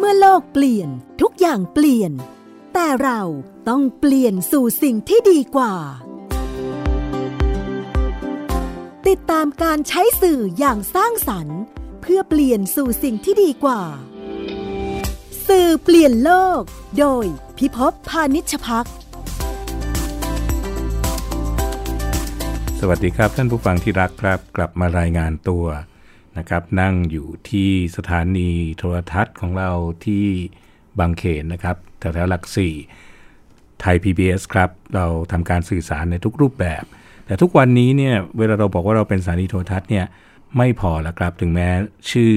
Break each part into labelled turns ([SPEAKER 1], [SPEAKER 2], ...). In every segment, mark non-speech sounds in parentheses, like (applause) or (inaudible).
[SPEAKER 1] มื่อโลกเปลี่ยนทุกอย่างเปลี่ยน แต่เราต้องเปลี่ยนสู่สิ่งที่ดีกว่า ติดตามการใช้สื่ออย่างสร้างสรรค์ เพื่อเปลี่ยนสู่สิ่งที่ดีกว่า สื่อเปลี่ยนโลก โดยพิภพพานิชพัก
[SPEAKER 2] สวัสดีครับท่านผู้ฟังที่รักครับกลับมารายงานตัวนะครับ นั่งอยู่ที่สถานีโทรทัศน์ของเราที่บางเขนนะครับแถวแถวๆหลักสี่ไทย PBS ครับเราทำการสื่อสารในทุกรูปแบบ แต่ทุกวันนี้เนี่ยเวลาเราบอกว่าเราเป็นสถานีโทรทัศน์เนี่ยไม่พอแล้วครับ ถึงแม้ชื่อ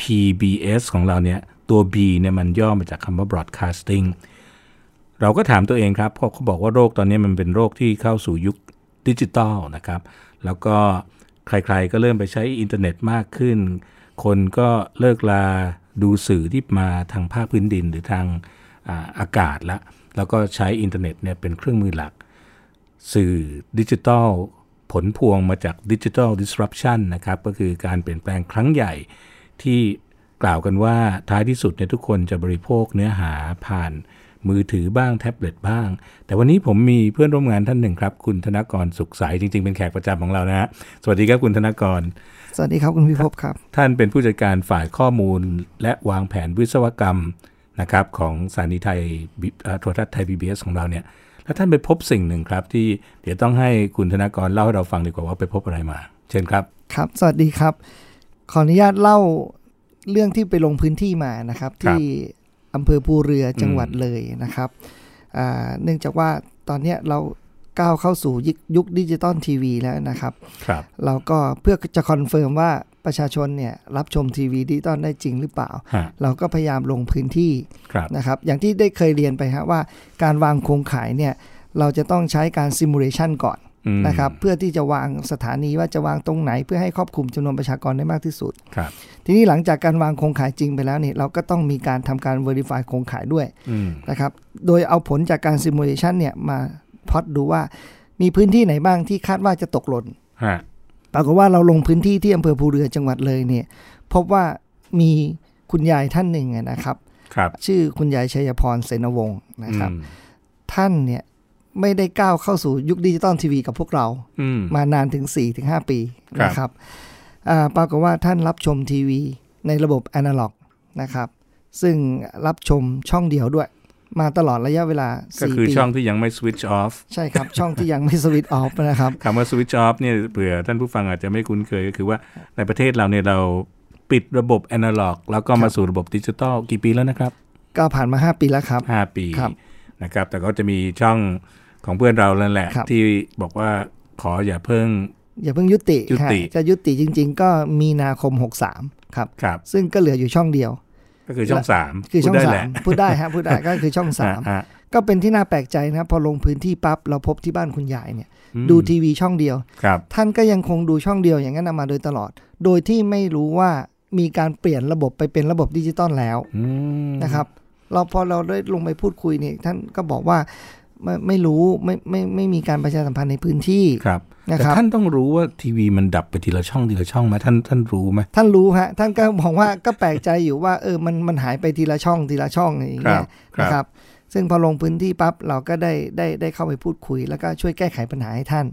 [SPEAKER 2] PBS ของเราเนี่ยตัว B เนี่ยมันย่อมาจากคำว่า broadcasting เราก็ถามตัวเองครับเพราะเขาบอกว่าโรคตอนนี้มันเป็นโรคที่เข้าสู่ยุคดิจิตอลนะครับ แล้วก็ใครๆก็เริ่มไปใช้อินเทอร์เน็ตมากขึ้น คนก็เลิกลาดูสื่อที่มาทางภาคพื้นดินหรือทางอาอากาศละแล้วก็ใช้อินเทอร์เน็ตเนี่ยเป็นเครื่องมือหลัก สื่อดิจิทัลผลพวงมาจากดิจิทัล disruption นะครับ ก็คือการเปลี่ยนแปลงครั้งใหญ่ที่กล่าวกันว่าท้ายที่สุดเนี่ยทุกคนจะบริโภคเนื้อหาผ่านมือถือบ้างแท็บเล็ตบ้าง แต่วันนี้ผมมีเพื่อนร่วมงานท่านหนึ่งครับ คุณธนกรสุขใสจริง ๆ เป็นแขกประจำของเรานะฮะสวัสดีครับคุณธนกร
[SPEAKER 3] สวัสดีครับคุณพิภพครับ
[SPEAKER 2] ท่านเป็นผู้จัดการฝ่ายข้อมูลและวางแผนวิศวกรรมนะครับของสถานีไทยบิเอ่อโทรทัศน์ไทยพีบีของเราเนี่ย แล้วท่านไปพบสิ่งหนึ่งครับ ที่เดี๋ยวต้องให้คุณธนากรเล่าให้เราฟังดีกว่าว่าไปพบอะไรมา เชิญครับ
[SPEAKER 3] ครับ สวัสดีครับ ขออนุญาตเล่าเรื่องที่ไปลงพื้นที่มานะครับ
[SPEAKER 2] ครับ
[SPEAKER 3] ที่อำเภอภูเรือจังหวัด
[SPEAKER 2] อืม
[SPEAKER 3] เลยนะครับอ่าเนื่องจากว่าตอนเนี้ยเราก้าวเข้าสู่ยุคยุคดิจิตอลทีวีแล้วนะครับ
[SPEAKER 2] ครับ
[SPEAKER 3] เราก็เพื่อจะคอนเฟิร์มว่าประชาชนเนี่ยรับชมทีวีดิจิตอลได้จริงหรือเปล่า
[SPEAKER 2] ฮะ
[SPEAKER 3] เราก็พยายามลงพื้นที่
[SPEAKER 2] ครับ
[SPEAKER 3] นะครับอย่างที่ได้เคยเรียนไปฮะว่าการวางโครงข่ายเนี่ยเราจะต้องใช้การซิมูเลชันก่อน
[SPEAKER 2] อืม
[SPEAKER 3] นะครับเพื่อที่จะวางสถานีว่าจะวางตรงไหน เพื่อให้ครอบคลุมจำนวนประชากรได้มากที่สุด
[SPEAKER 2] ครับ
[SPEAKER 3] ทีนี้หลังจากการวางโครงข่ายจริงไปแล้วเนี่ยเราก็ต้องมีการทำการ Verify โครงข่ายด้วย
[SPEAKER 2] อืม
[SPEAKER 3] นะครับโดยเอาผลจากการซิมูเลชันเนี่ยมาพอดดูว่ามีพื้นที่ไหนบ้างที่คาดว่าจะตกหล่น
[SPEAKER 2] ฮะ
[SPEAKER 3] ปรากฏว่าเราลงพื้นที่ที่อำเภอภูเรือจังหวัดเลยเนี่ยพบว่ามีคุณยายท่านหนึ่งอะนะครับ
[SPEAKER 2] ครับ
[SPEAKER 3] ชื่อคุณยายชัยพรเสนวงศ์นะครับ
[SPEAKER 2] อืม
[SPEAKER 3] ท่านเนี่ยไม่ได้ก้าวเข้าสู่ยุคดิจิตอลทีวีกับพวกเรา
[SPEAKER 2] อืม
[SPEAKER 3] มานานถึง 4-5 ปี
[SPEAKER 2] ครับ
[SPEAKER 3] นะครับอ่าปรากฏว่าท่านรับชมทีวีในระบบอนาล็อกนะครับ ซึ่งรับชมช่องเดียวด้วย มาตลอดระยะเวลา
[SPEAKER 2] ก็คือ
[SPEAKER 3] 4 ปี
[SPEAKER 2] ช่องที่ยังไม่ switch off
[SPEAKER 3] ใช่ครับ (laughs) ช่องที่ยังไม่สวิตออฟนะครับ
[SPEAKER 2] คำว่า switch off เนี่ยเผื่อท่านผู้ฟังอาจจะไม่คุ้นเคยก็คือว่าในประเทศเราเนี่ยเราปิดระบบแอนาล็อก แล้วก็มาสู่ระบบดิจิตอลกี่ปีแล้วนะครับ
[SPEAKER 3] ก็ผ่านมา 5 ปีแล้วครับ
[SPEAKER 2] ห้าปี
[SPEAKER 3] ครับ
[SPEAKER 2] นะครับ แต่ก็จะมีช่องของเพื่อนเรานั่นแหละ
[SPEAKER 3] ครับ
[SPEAKER 2] ที่บอกว่าขออย่าเพิ่ง
[SPEAKER 3] อย่าเพิ่งยุติ
[SPEAKER 2] ยุติ
[SPEAKER 3] ฮะจะยุติจริง ๆ ก็มีนาคม 63 ครับ
[SPEAKER 2] ครับ
[SPEAKER 3] ซึ่งก็เหลืออยู่ช่องเดียว
[SPEAKER 2] ก็คือช่องสาม
[SPEAKER 3] คือช่อง
[SPEAKER 2] พูดได้
[SPEAKER 3] สา
[SPEAKER 2] แหละ
[SPEAKER 3] มพูดได้ฮะพูดได้ก็คือช่องสาม
[SPEAKER 2] (laughs) ฮะฮะ
[SPEAKER 3] ก็เป็นที่น่าแปลกใจนะครับพอลงพื้นที่ปั๊บเราพบที่บ้านคุณยายเนี่ย
[SPEAKER 2] อืม
[SPEAKER 3] ดูทีวีช่องเดียว
[SPEAKER 2] ครับ
[SPEAKER 3] ท่านก็ยังคงดูช่องเดียวอย่างนั้นนะมาโดยตลอด โดยที่ไม่รู้ว่ามีการเปลี่ยนระบบไปเป็นระบบดิจิตอลแล้ว
[SPEAKER 2] อืม
[SPEAKER 3] นะครับเราพอเราได้ลงไปพูดคุยเนี่ยท่านก็บอกว่าไม่ไม่รู้ไม่ไม่ไม่มีการประชาสัมพันธ์ในพื้นที่
[SPEAKER 2] ครับ
[SPEAKER 3] นะครับ
[SPEAKER 2] แต่ท่านต้องรู้ว่าทีวีมันดับไปทีละช่องทีละช่องไหมท่านท่านรู้ไหม
[SPEAKER 3] ท่านรู้ฮะท่านก็บอกว่าก็แปลกใจอยู่ว่าเออมันมันหายไปทีละช่องทีละช่องอย่างเงี้ย
[SPEAKER 2] ครับครับ
[SPEAKER 3] นะครับ ซึ่งพอลงพื้นที่ปั๊บเราก็ได้ได้ได้เข้าไปพูดคุย แล้วก็ช่วยแก้ไขปัญหาให้ท่าน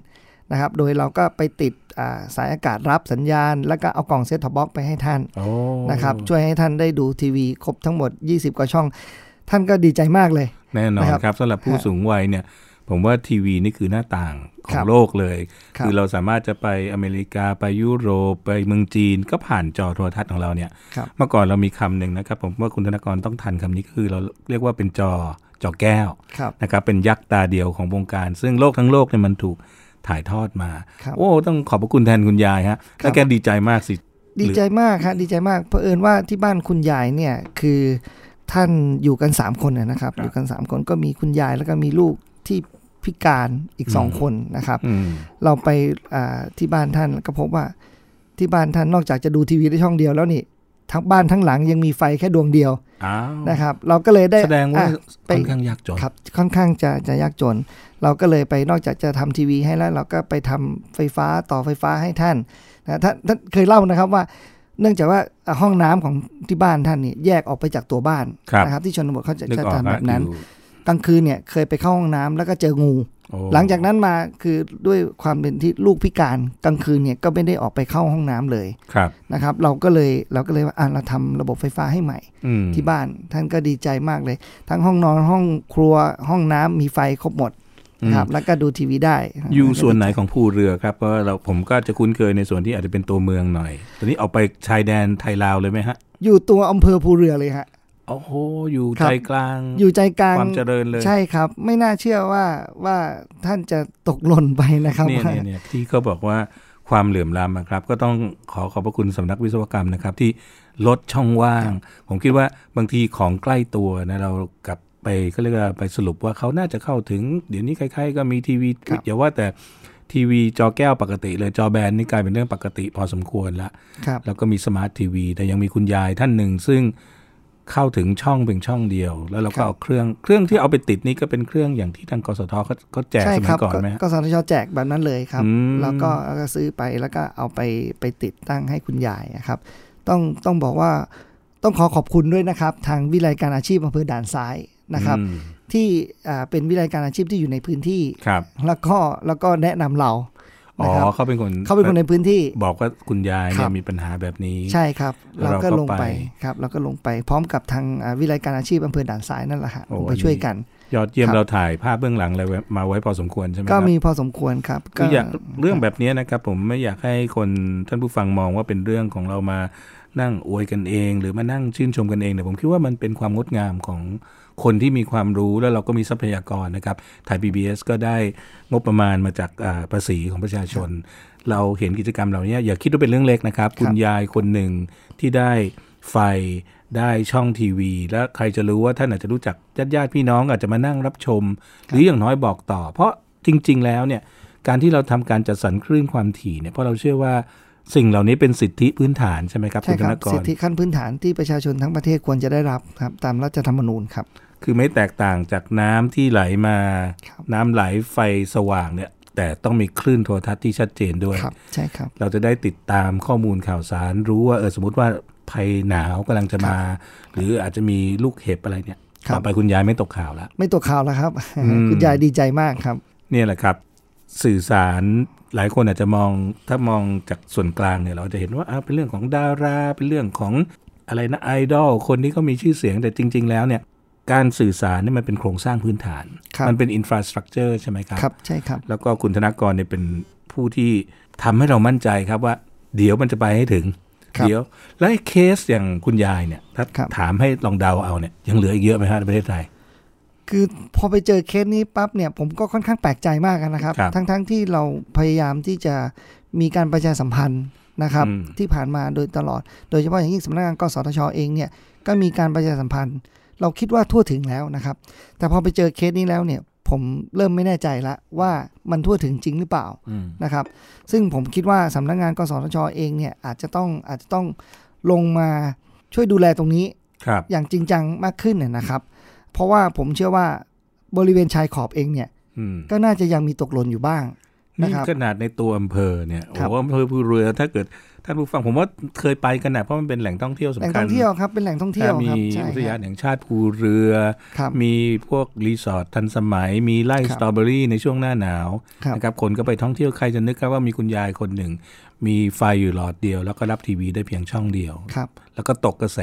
[SPEAKER 3] นะครับ โดยเราก็ไปติดอ่าสายอากาศรับสัญญาณ แล้วก็เอากล่องเซ็ตท็อปบ็อกซ์ไปให้ท่าน
[SPEAKER 2] โอ้
[SPEAKER 3] นะครับ ช่วยให้ท่านได้ดูทีวีครบทั้งหมด 20 กว่าช่อง ท่านก็ดีใจมากเลย
[SPEAKER 2] แน่นอน
[SPEAKER 3] นะครับ
[SPEAKER 2] ครับสำหรับผู้
[SPEAKER 3] ฮะ
[SPEAKER 2] สูงวัยเนี่ย ผมว่าทีวีนี่คือหน้าต่างขอ
[SPEAKER 3] ครั
[SPEAKER 2] ง
[SPEAKER 3] บ
[SPEAKER 2] โลกเลย
[SPEAKER 3] ครับ
[SPEAKER 2] อเราสามารถจะไปอเมริกาไปยุโรปไปเมืองจีนก็ผ่านจอโทรทัศน์ของเราเนี่ย
[SPEAKER 3] ครับ
[SPEAKER 2] เมื่อก่อนเรามีคำหนึ่งนะครับ ผมว่าคุณธนกรต้องทันคำนี้คือเราเรียกว่าเป็นจอจอแก้ว
[SPEAKER 3] ครับ
[SPEAKER 2] นะครับ เป็นยักษ์ตาเดียวของวงการ ซึ่งโลกทั้งโลกเนี่ยมันถูกถ่ายทอดมา
[SPEAKER 3] ครับ
[SPEAKER 2] โอ้ ต้องขอบพระคุณแทนคุณยายฮะ
[SPEAKER 3] ครับ
[SPEAKER 2] แล้วแกดีใจมากสิ
[SPEAKER 3] ดีใจมากฮะดีใจมากเพราะเอิญว่าที่บ้านคุณยายเนี่ยคือท่านอยู่กัน 3 คนนะนะครับ
[SPEAKER 2] ครับ
[SPEAKER 3] อยู่กัน 3 คนก็มีคุณยายแล้วก็มีลูกที่พิการอีก 2 คนนะครับ
[SPEAKER 2] อืม
[SPEAKER 3] เราไปอ่าที่บ้านท่านก็พบว่าที่บ้านท่านนอกจากจะดูทีวีได้ช่องเดียวแล้วนี่ทั้งบ้านทั้งหลังยังมีไฟแค่ดวงเดียว
[SPEAKER 2] อ้าว
[SPEAKER 3] นะครับ เราก็เลยได้
[SPEAKER 2] แสดงว่า
[SPEAKER 3] อ่ะ ไป
[SPEAKER 2] ค่อนข้างยากจน
[SPEAKER 3] ครับค่อนข้างจะจะยากจน เราก็เลยไปนอกจากจะทำทีวีให้แล้ว เราก็ไปทำไฟฟ้าต่อไฟฟ้าให้ท่านนะท่านท่านเคยเล่านะครับว่า เนื่องจากว่าอ่าห้องน้ำของที่บ้านท่านเนี่ยแยกออกไปจากตัวบ้าน
[SPEAKER 2] ครับ
[SPEAKER 3] นะครับที่ชนบทเขาจะ
[SPEAKER 2] นึกออก
[SPEAKER 3] ทำ
[SPEAKER 2] ละ
[SPEAKER 3] แบบนั้น
[SPEAKER 2] อยู่
[SPEAKER 3] กลางคืนเนี่ยเคยไปเข้าห้องน้ำแล้วก็เจองู
[SPEAKER 2] โอ้
[SPEAKER 3] หลังจากนั้นมาคือด้วยความเป็นที่ลูกพิการกลางคืนเนี่ยก็ไม่ได้ออกไปเข้าห้องน้ำเลย
[SPEAKER 2] ครับ
[SPEAKER 3] นะครับ เราก็เลยเราก็เลยว่าอ่ะเราทำระบบไฟฟ้าให้ใหม่
[SPEAKER 2] อืม
[SPEAKER 3] ที่บ้านท่านก็ดีใจมากเลย ทั้งห้องนอนห้องครัวห้องน้ำมีไฟครบหมดนะครับแล้วก็ดูทีวีได้นะครับ
[SPEAKER 2] อยู่ส่วนไหนของภูเรือครับเพราะว่าเราผมก็จะคุ้นเคยในส่วนที่อาจจะเป็นตัวเมืองหน่อย ตอนนี้ออกไปชายแดนไทยลาวเลยไหมฮะ
[SPEAKER 3] อยู่ตัวอำเภอภูเรือเลยฮะ
[SPEAKER 2] โอ้โหอยู่
[SPEAKER 3] ครับ
[SPEAKER 2] ใจกลาง
[SPEAKER 3] อยู่ใจกลาง
[SPEAKER 2] ความเจริญเลย
[SPEAKER 3] ใช่ครับ ไม่น่าเชื่อว่าว่าท่านจะตกหล่นไปนะครับ
[SPEAKER 2] เนี่ยเนี่ยเนี่ยที่เขาบอกว่าความเหลื่อมล้ำอะครับ ก็ต้องขอขอบพระคุณสำนักวิศวกรรมนะครับ ที่ลดช่องว่าง ผมคิดว่าบางทีของใกล้ตัวนะเรากลับไปก็เรียกว่าไปสรุปว่าเขาน่าจะเข้าถึง เดี๋ยวนี้ใครๆก็มีทีวีอย่าว่าแต่ทีวีจอแก้วปกติเลยจอแบนนี่กลายเป็นเรื่องปกติพอสมควรละ
[SPEAKER 3] ครับ
[SPEAKER 2] แล้วก็มีสมาร์ททีวีแต่ยังมีคุณยายท่านหนึ่ง ซึ่งเข้าถึงช่องเพียงช่องเดียว แล้วเรา
[SPEAKER 3] ครั
[SPEAKER 2] ก็
[SPEAKER 3] บ
[SPEAKER 2] เอาเครื่องเครื่องที่เอาไปติดนี่ก็เป็นเครื่องอย่างที่ทางกสทเขาเขาแจก
[SPEAKER 3] ใช่
[SPEAKER 2] ส
[SPEAKER 3] ค
[SPEAKER 2] มั
[SPEAKER 3] รั
[SPEAKER 2] ยก่อนไหมฮะ
[SPEAKER 3] ก็สทชแจกแบบนั้นเลยครับ
[SPEAKER 2] อืม
[SPEAKER 3] แล้วก็แล้วก็ซื้อไปแล้วก็เอาไปไปติดตั้งให้คุณยายนะครับ ต้องต้องบอกว่าต้องขอขอบคุณด้วยนะครับ ทางวิไลการอาชีพอำเภอด่านซ้ายนะครับ
[SPEAKER 2] อืม
[SPEAKER 3] ที่อ่าเป็นวิไลการอาชีพที่อยู่ในพื้นที่
[SPEAKER 2] ครับ
[SPEAKER 3] แล้วก็แล้วก็แนะนำเรา
[SPEAKER 2] อ๋อ
[SPEAKER 3] นะครับ
[SPEAKER 2] เขาเป็นคน
[SPEAKER 3] เขาเป็นคนในพื้นที่
[SPEAKER 2] บอกว่าคุณยาย
[SPEAKER 3] ค
[SPEAKER 2] เนี่
[SPEAKER 3] รั
[SPEAKER 2] ย
[SPEAKER 3] บ
[SPEAKER 2] มีปัญหาแบบนี้
[SPEAKER 3] ใช่ครับ
[SPEAKER 2] เรา
[SPEAKER 3] เรา
[SPEAKER 2] ก็
[SPEAKER 3] ก็ลง
[SPEAKER 2] ไป
[SPEAKER 3] ไปครับ เราก็ลงไปพร้อมกับทางอ่าวิไลการอาชีพอำเภอด่านซ้ายนั่นแหละฮะ
[SPEAKER 2] โอ้
[SPEAKER 3] ลงไป
[SPEAKER 2] อันนี้
[SPEAKER 3] ช่วยกัน
[SPEAKER 2] ยอดเยี่ยม
[SPEAKER 3] ครับ
[SPEAKER 2] เราถ่ายภาพเบื้องหลังอะไรไว้มาไว้พอสมควรใช่ไหมค
[SPEAKER 3] ก็
[SPEAKER 2] รับ
[SPEAKER 3] มีพอสมควรครับ
[SPEAKER 2] คืออยากเรื่องแบบนี้นะครับ ผมไม่อยากให้คนท่านผู้ฟังมองว่าเป็นเรื่องของเรามานั่งอวยกันเอง หรือมานั่งชื่นชมกันเองแต่ผมคิดว่ามันเป็นความงดงามของ คนที่มีความรู้แล้วเราก็มีทรัพยากรนะครับไทย PBS ก็ได้งบประมาณมาจากอ่าภาษีของประชาชน เราเห็นกิจกรรมเหล่านี้อย่าคิดว่าเป็นเรื่องเล็กนะครับ คุณยายคนหนึ่งที่ได้ไฟได้ช่องทีวี และใครจะรู้ว่าท่านอาจจะรู้จักญาติญาติๆพี่น้องอาจจะมานั่งรับชม หรืออย่างน้อยบอกต่อ เพราะจริง ๆ แล้วเนี่ยการที่เราทำการจัดสรรคลื่นความถี่เนี่ยเพราะเราเชื่อว่าสิ่งเหล่านี้เป็นสิทธิพื้นฐานใช่ไหมครับณ
[SPEAKER 3] ใช่ค
[SPEAKER 2] ธ
[SPEAKER 3] รับ
[SPEAKER 2] นก
[SPEAKER 3] สิท
[SPEAKER 2] ร
[SPEAKER 3] ธิขั้นพื้นฐานที่ประชาชนทั้งประเทศควรจะได้รับครับตามรัฐธรรมนูญครับ
[SPEAKER 2] คือไม่แตกต่างจากน้ำที่ไหลมา
[SPEAKER 3] ครับ
[SPEAKER 2] น้ำไหลไฟสว่างเนี่ย แต่ต้องมีคลื่นโทรทัศน์ที่ชัดเจนด้วย
[SPEAKER 3] ครับใช่ครับ
[SPEAKER 2] เราจะได้ติดตามข้อมูลข่าวสาร รู้ว่าเออสมมติว่าภัยหนาวกำลังจะมา หรืออาจจะมีลูกเห็บอะไรเนี่ย
[SPEAKER 3] ครับ
[SPEAKER 2] ต่อไปคุณยายไม่ตกข่าวละ
[SPEAKER 3] ไม่ตัวข่าวแล้วครับ
[SPEAKER 2] อืม
[SPEAKER 3] คุณยายดีใจมากครับ
[SPEAKER 2] เนี่ยแหละครับ สื่อสารหลายคนอาจจะมองถ้ามองจากส่วนกลางเนี่ยเราจะเห็นว่าอ้าวเป็นเรื่องของดาราเป็นเรื่องของอะไรนะไอดอลคนที่เขามีชื่อเสียงแต่จริง ๆ แล้วเนี่ย การสื่อสารเนี่ยมันเป็นโครงสร้างพื้นฐาน
[SPEAKER 3] ครับ
[SPEAKER 2] มันเป็นอินฟราสตรักเจอร์ใช่ไหมครับ
[SPEAKER 3] ครับใช่ครับ
[SPEAKER 2] แล้วก็คุณธนากรเนี่ยเป็นผู้ที่ทำให้เรามั่นใจครับว่า เดี๋ยวมันจะไปให้ถึง
[SPEAKER 3] ครับ
[SPEAKER 2] เดี๋ยว และไอ้เคสอย่างคุณยายเนี่ยถ้า
[SPEAKER 3] ครับ
[SPEAKER 2] ถามให้ลองเดาเอาเนี่ยยังเหลืออีกเยอะไหมฮะในประเทศไทย
[SPEAKER 3] คือพอไปเจอเคสนี้ปั๊บเนี่ยผมก็ค่อนข้างแปลกใจมากนะครับ
[SPEAKER 2] ครับ
[SPEAKER 3] ทั้งๆที่เราพยายามที่จะมีการประชาสัมพันธ์นะครับ
[SPEAKER 2] อืม
[SPEAKER 3] ที่ผ่านมาโดยตลอด โดยเฉพาะอย่างยิ่งสำนักงานกสทชเองเนี่ยก็มีการประชาสัมพันธ์ เราคิดว่าทั่วถึงแล้วนะครับ แต่พอไปเจอเคสนี้แล้วเนี่ยผมเริ่มไม่แน่ใจละว่ามันทั่วถึงจริงหรือเปล่า
[SPEAKER 2] อืม
[SPEAKER 3] นะครับซึ่งผมคิดว่าสำนักงานกสทชเองเนี่ยอาจจะต้องอาจจะต้องลงมาช่วยดูแลตรงนี้
[SPEAKER 2] ครับ
[SPEAKER 3] อย่างจริงจังมากขึ้นนะนะครับ เพราะว่าผมเชื่อว่าบริเวณชายขอบเองเนี่ย
[SPEAKER 2] อืม
[SPEAKER 3] ก็น่าจะยังมีตกหล่นอยู่บ้าง นะ
[SPEAKER 2] นี่
[SPEAKER 3] ครับ
[SPEAKER 2] ขนาดในตัวอำเภอเนี่ย
[SPEAKER 3] ครั
[SPEAKER 2] โอ้
[SPEAKER 3] บ
[SPEAKER 2] โหอำเภอภูเรือถ้าเกิดท่านผู้ฟังผมว่าเคยไปกันนะเพราะมันเป็นแหล่งท่องเที่ยวสำ
[SPEAKER 3] แหล่ง
[SPEAKER 2] คั
[SPEAKER 3] ท่
[SPEAKER 2] ญ
[SPEAKER 3] องเที่ยวครับเป็นแหล่งท่องเที่ยว
[SPEAKER 2] ถ้า
[SPEAKER 3] ค
[SPEAKER 2] มี
[SPEAKER 3] รับใช่
[SPEAKER 2] อุทยาน
[SPEAKER 3] ครับ
[SPEAKER 2] แห่งชาติภูเรือ
[SPEAKER 3] ครับ
[SPEAKER 2] มีพวกรีสอร์ททันสมัย มีไร่
[SPEAKER 3] ครั
[SPEAKER 2] ส
[SPEAKER 3] บ
[SPEAKER 2] ตรอเบอรี่ในช่วงหน้าหนาว
[SPEAKER 3] ครับ
[SPEAKER 2] นะครับคนก็ไปท่องเที่ยวใครจะนึกครับว่ามีคุณยายคนหนึ่ง มีไฟอยู่หลอดเดียว แล้วก็รับทีวีได้เพียงช่องเดียว
[SPEAKER 3] ครับ
[SPEAKER 2] แล้วก็ตกกระแส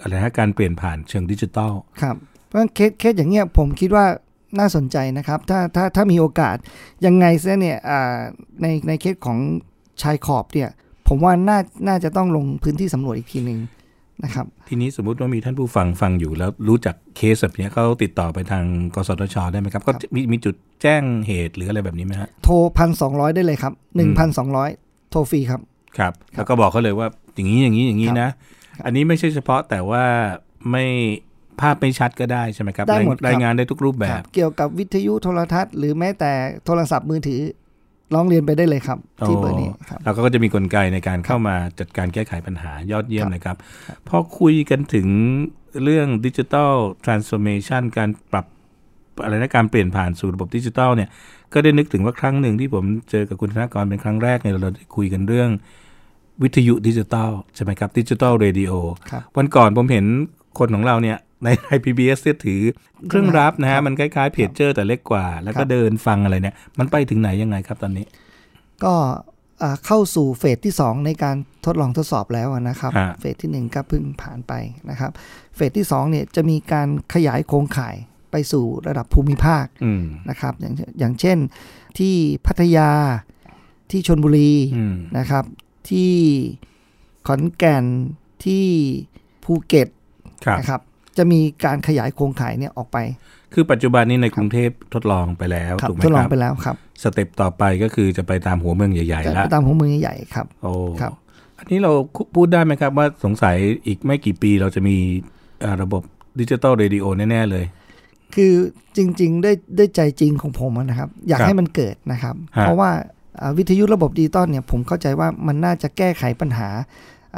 [SPEAKER 2] อะไรนะการเปลี่ยนผ่านเชิงดิจิตอล
[SPEAKER 3] ครับเพราะฉะนั้นเคสเคสอย่างเงี้ยผมคิดว่าน่าสนใจนะครับ ถ้าถ้าถ้ามีโอกาสยังไงซะเนี่ยอ่าในในเคสของชายขอบเนี่ยผมว่าน่าน่าจะต้องลงพื้นที่สำรวจอีกทีหนึ่งนะครับ
[SPEAKER 2] ทีนี้สมมุติว่ามีท่านผู้ฟังฟังอยู่แล้วรู้จักเคสแบบเนี้ยเขาติดต่อไปทางกสทชได้ไหมครับ ก็มีมีจุดแจ้งเหตุหรืออะไรแบบนี้ไหมฮะ
[SPEAKER 3] โทรพันสองร้อยได้เลยครับหนึ่งพันสองร้อยโทรฟรีครับ
[SPEAKER 2] ครับ แล้วก็บอกเขาเลยว่าอย่างนี้อย่างนี้อย่างนี้นะ อันนี้ไม่ใช่เฉพาะแต่ว่าไม่ภาพไม่ชัดก็ได้ใช่ไหมครับ
[SPEAKER 3] ได้หมด
[SPEAKER 2] ราย
[SPEAKER 3] ครับ
[SPEAKER 2] รายงานได้ทุกรูปแบ
[SPEAKER 3] ครับ บ เกี่ยวกับวิทยุโทรทัศน์หรือแม้แต่โทรศัพท์มือถือร้องเรียนไปได้เลยครับ ที่เบอร์นี้ครับ
[SPEAKER 2] แล้วก็จะมีกลไกในการเข้ามาจัดการแก้ไขปัญหายอดเยี่ยมเลยครับพอคุยกันถึงเรื่องดิจิ t a ลทรานส์ o r m a t i o n การปรับอะไรนะการเปลี่ยนผ่านสู่ระบบดิจิทัลเนี่ยก็ได้นึกถึงว่าครั้งหนึ่งที่ผมเจอกับคุณธนากรเป็นครั้งแรกเนี่ยเราได้คุยกันเรื่อง วิทยุดิจิตอลใช่ไหมครับดิจิตอลเรดิโอ
[SPEAKER 3] ครับ
[SPEAKER 2] วันก่อนผมเห็นคนของเราเนี่ยในไทยพีบีเอสถือเครื่องรับนะฮะมันคล้ายๆเพจเจอร์แต่เล็กกว่า แล้ว
[SPEAKER 3] ครั
[SPEAKER 2] ก็
[SPEAKER 3] บ
[SPEAKER 2] เดินฟังอะไรเนี่ย มันไปถึงไหนยังไงครับตอนนี้
[SPEAKER 3] ก็อ่าเข้าสู่เฟสที่ 2 ในการทดลองทดสอบแล้วนะครับ
[SPEAKER 2] อ่า
[SPEAKER 3] เฟสทีหนึ่1 ก็เพิ่งผ่านไปนะครับ เฟสที่ 2 เนี่ยจะมีการขยายโครงข่ายไปสู่ระดับภูมิภาค
[SPEAKER 2] อืม
[SPEAKER 3] นะครับ อย่างอย่างเช่นที่พัทยาที่ชนบุรี
[SPEAKER 2] อืม
[SPEAKER 3] นะครับ ที่ขอนแก่นที่ภูเก็ต
[SPEAKER 2] ครับ
[SPEAKER 3] นะครับ จะมีการขยายโครงข่ายเนี่ยออกไป
[SPEAKER 2] คือปัจจุบันนี้ในกรุงเทพทดลองไปแล้ว
[SPEAKER 3] ครับ
[SPEAKER 2] ถูกไหม
[SPEAKER 3] ทดลอ
[SPEAKER 2] ค
[SPEAKER 3] ง
[SPEAKER 2] รับ
[SPEAKER 3] ไปแล้วครับ
[SPEAKER 2] สเต็ปต่อไปก็คือจะไปตามหัวเมืองใหญ่ ๆ
[SPEAKER 3] แต่
[SPEAKER 2] ละ
[SPEAKER 3] ตามหัวเมืองใหญ่ๆครับ
[SPEAKER 2] โอ้
[SPEAKER 3] ครับ
[SPEAKER 2] อันนี้เราพูดได้ไหมครับว่าสงสัยอีกไม่กี่ปีเราจะมีเอ่อระบบดิจิตอลเรดิโอแน่ ๆ เลย
[SPEAKER 3] คือจริงๆด้วยด้วยใจจริงของผมอะนะครับ อยาก
[SPEAKER 2] ครับ
[SPEAKER 3] ให้มันเกิดนะครับ
[SPEAKER 2] ฮะ
[SPEAKER 3] เพราะว่าอ่าวิทยุระบบดิจิตอลเนี่ยผมเข้าใจว่ามันน่าจะแก้ไขปัญหา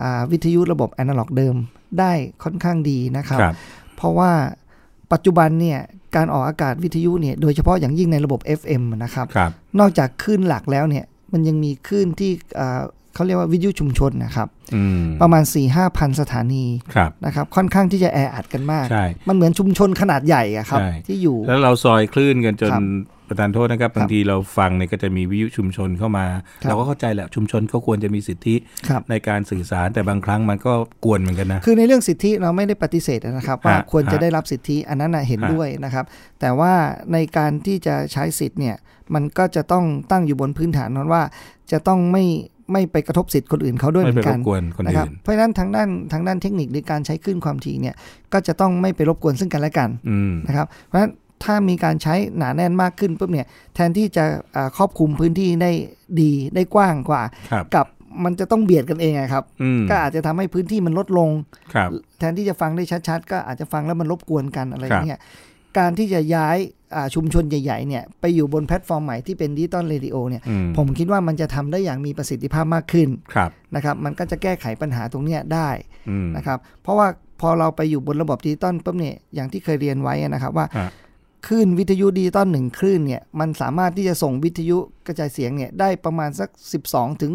[SPEAKER 3] อ่าวิทยุระบบแอนาล็อกเดิมได้ค่อนข้างดีนะครับ เพราะว่าปัจจุบันเนี่ยการออกอากาศวิทยุเนี่ยโดยเฉพาะอย่างยิ่งในระบบ FM นะครับ
[SPEAKER 2] ครับ
[SPEAKER 3] นอกจากคลื่นหลักแล้วเนี่ยมันยังมีคลื่นที่อ่าเขาเรียกว่าวิทยุชุมชนนะครับ
[SPEAKER 2] อืม
[SPEAKER 3] ประมาณ 4 5พันสถานี
[SPEAKER 2] ครับ
[SPEAKER 3] นะครับค่อนข้างที่จะแออัดกันมาก
[SPEAKER 2] ใช่
[SPEAKER 3] มันเหมือนชุมชนขนาดใหญ่อะครับ
[SPEAKER 2] ใช่
[SPEAKER 3] ที่อยู่
[SPEAKER 2] แล้วเราซอยคลื่นกันจน
[SPEAKER 3] ครับ
[SPEAKER 2] ประธานโทษนะครับ
[SPEAKER 3] ครับ
[SPEAKER 2] บางทีเราฟังเนี่ยก็จะมีวิทยุชุมชนเข้ามา
[SPEAKER 3] ครับ
[SPEAKER 2] เราก็เข้าใจแหละชุมชนเขาควรจะมีสิทธิ
[SPEAKER 3] ครับ
[SPEAKER 2] ในการสื่อสารแต่บางครั้งมันก็กวนเหมือนกันนะ
[SPEAKER 3] คือในเรื่องสิทธิเราไม่ได้ปฏิเสธนะครับว่า
[SPEAKER 2] ฮะ
[SPEAKER 3] ควรจะ
[SPEAKER 2] ฮะ
[SPEAKER 3] ได้รับสิทธิอันนั้นนะเห็น
[SPEAKER 2] ฮะ
[SPEAKER 3] ด้วยนะครับ แต่ว่าในการที่จะใช้สิทธิ์เนี่ยมันก็จะต้องตั้งอยู่บนพื้นฐานนั้นว่า จะต้องไม่ไม่ไปกระทบสิทธิ์คนอื่นเขาด้วยเห
[SPEAKER 2] ไม่
[SPEAKER 3] มื
[SPEAKER 2] ไปร
[SPEAKER 3] อนกับ น
[SPEAKER 2] กวนคน
[SPEAKER 3] นะครับ
[SPEAKER 2] อื่น
[SPEAKER 3] เพราะฉะนั้นทางด้านทางด้านเทคนิคหรือการใช้คลื่นความถี่เนี่ยก็จะต้องไม่ไปรบกวนซึ่งกันและกัน
[SPEAKER 2] อืม
[SPEAKER 3] นะครับเพราะฉะนั้นถ้ามีการใช้หนาแน่นมากขึ้นปุ๊บเนี่ยแทนที่จะอ่าครอบคลุมพื้นที่ได้ดีได้กว้างกว่า
[SPEAKER 2] ครับ
[SPEAKER 3] กับมันจะต้องเบียดกันเองอะครับ
[SPEAKER 2] อืม
[SPEAKER 3] ก็อาจจะทำให้พื้นที่มันลดลง
[SPEAKER 2] ครับ
[SPEAKER 3] แทนที่จะฟังได้ชัดๆ ก็อาจจะฟังแล้วมันรบกวนกันอะไรอ
[SPEAKER 2] ครับ
[SPEAKER 3] ย่างเงี้ย การที่จะย้ายอ่าชุมชนใหญ่ๆเนี่ยไปอยู่บนแพลตฟอร์มใหม่ที่เป็นดิจิตอลเรดิโอเนี่ย
[SPEAKER 2] อืม
[SPEAKER 3] ผมคิดว่ามันจะทำได้อย่างมีประสิทธิภาพมากขึ้น
[SPEAKER 2] ครับ
[SPEAKER 3] นะครับ มันก็จะแก้ไขปัญหาตรงเนี้ยได้
[SPEAKER 2] อืม
[SPEAKER 3] นะครับ เพราะว่าพอเราไปอยู่บนระบบดิจิตอลปุ๊บเนี่ย อย่างที่เคยเรียนไว้นะครับว่า
[SPEAKER 2] ฮะ
[SPEAKER 3] คลื่นวิทยุดิจิตอลหนึ่งคลื่นเนี่ย มันสามารถที่จะส่งวิทยุกระจายเสียงเนี่ยได้ประมาณสัก 12 ถึง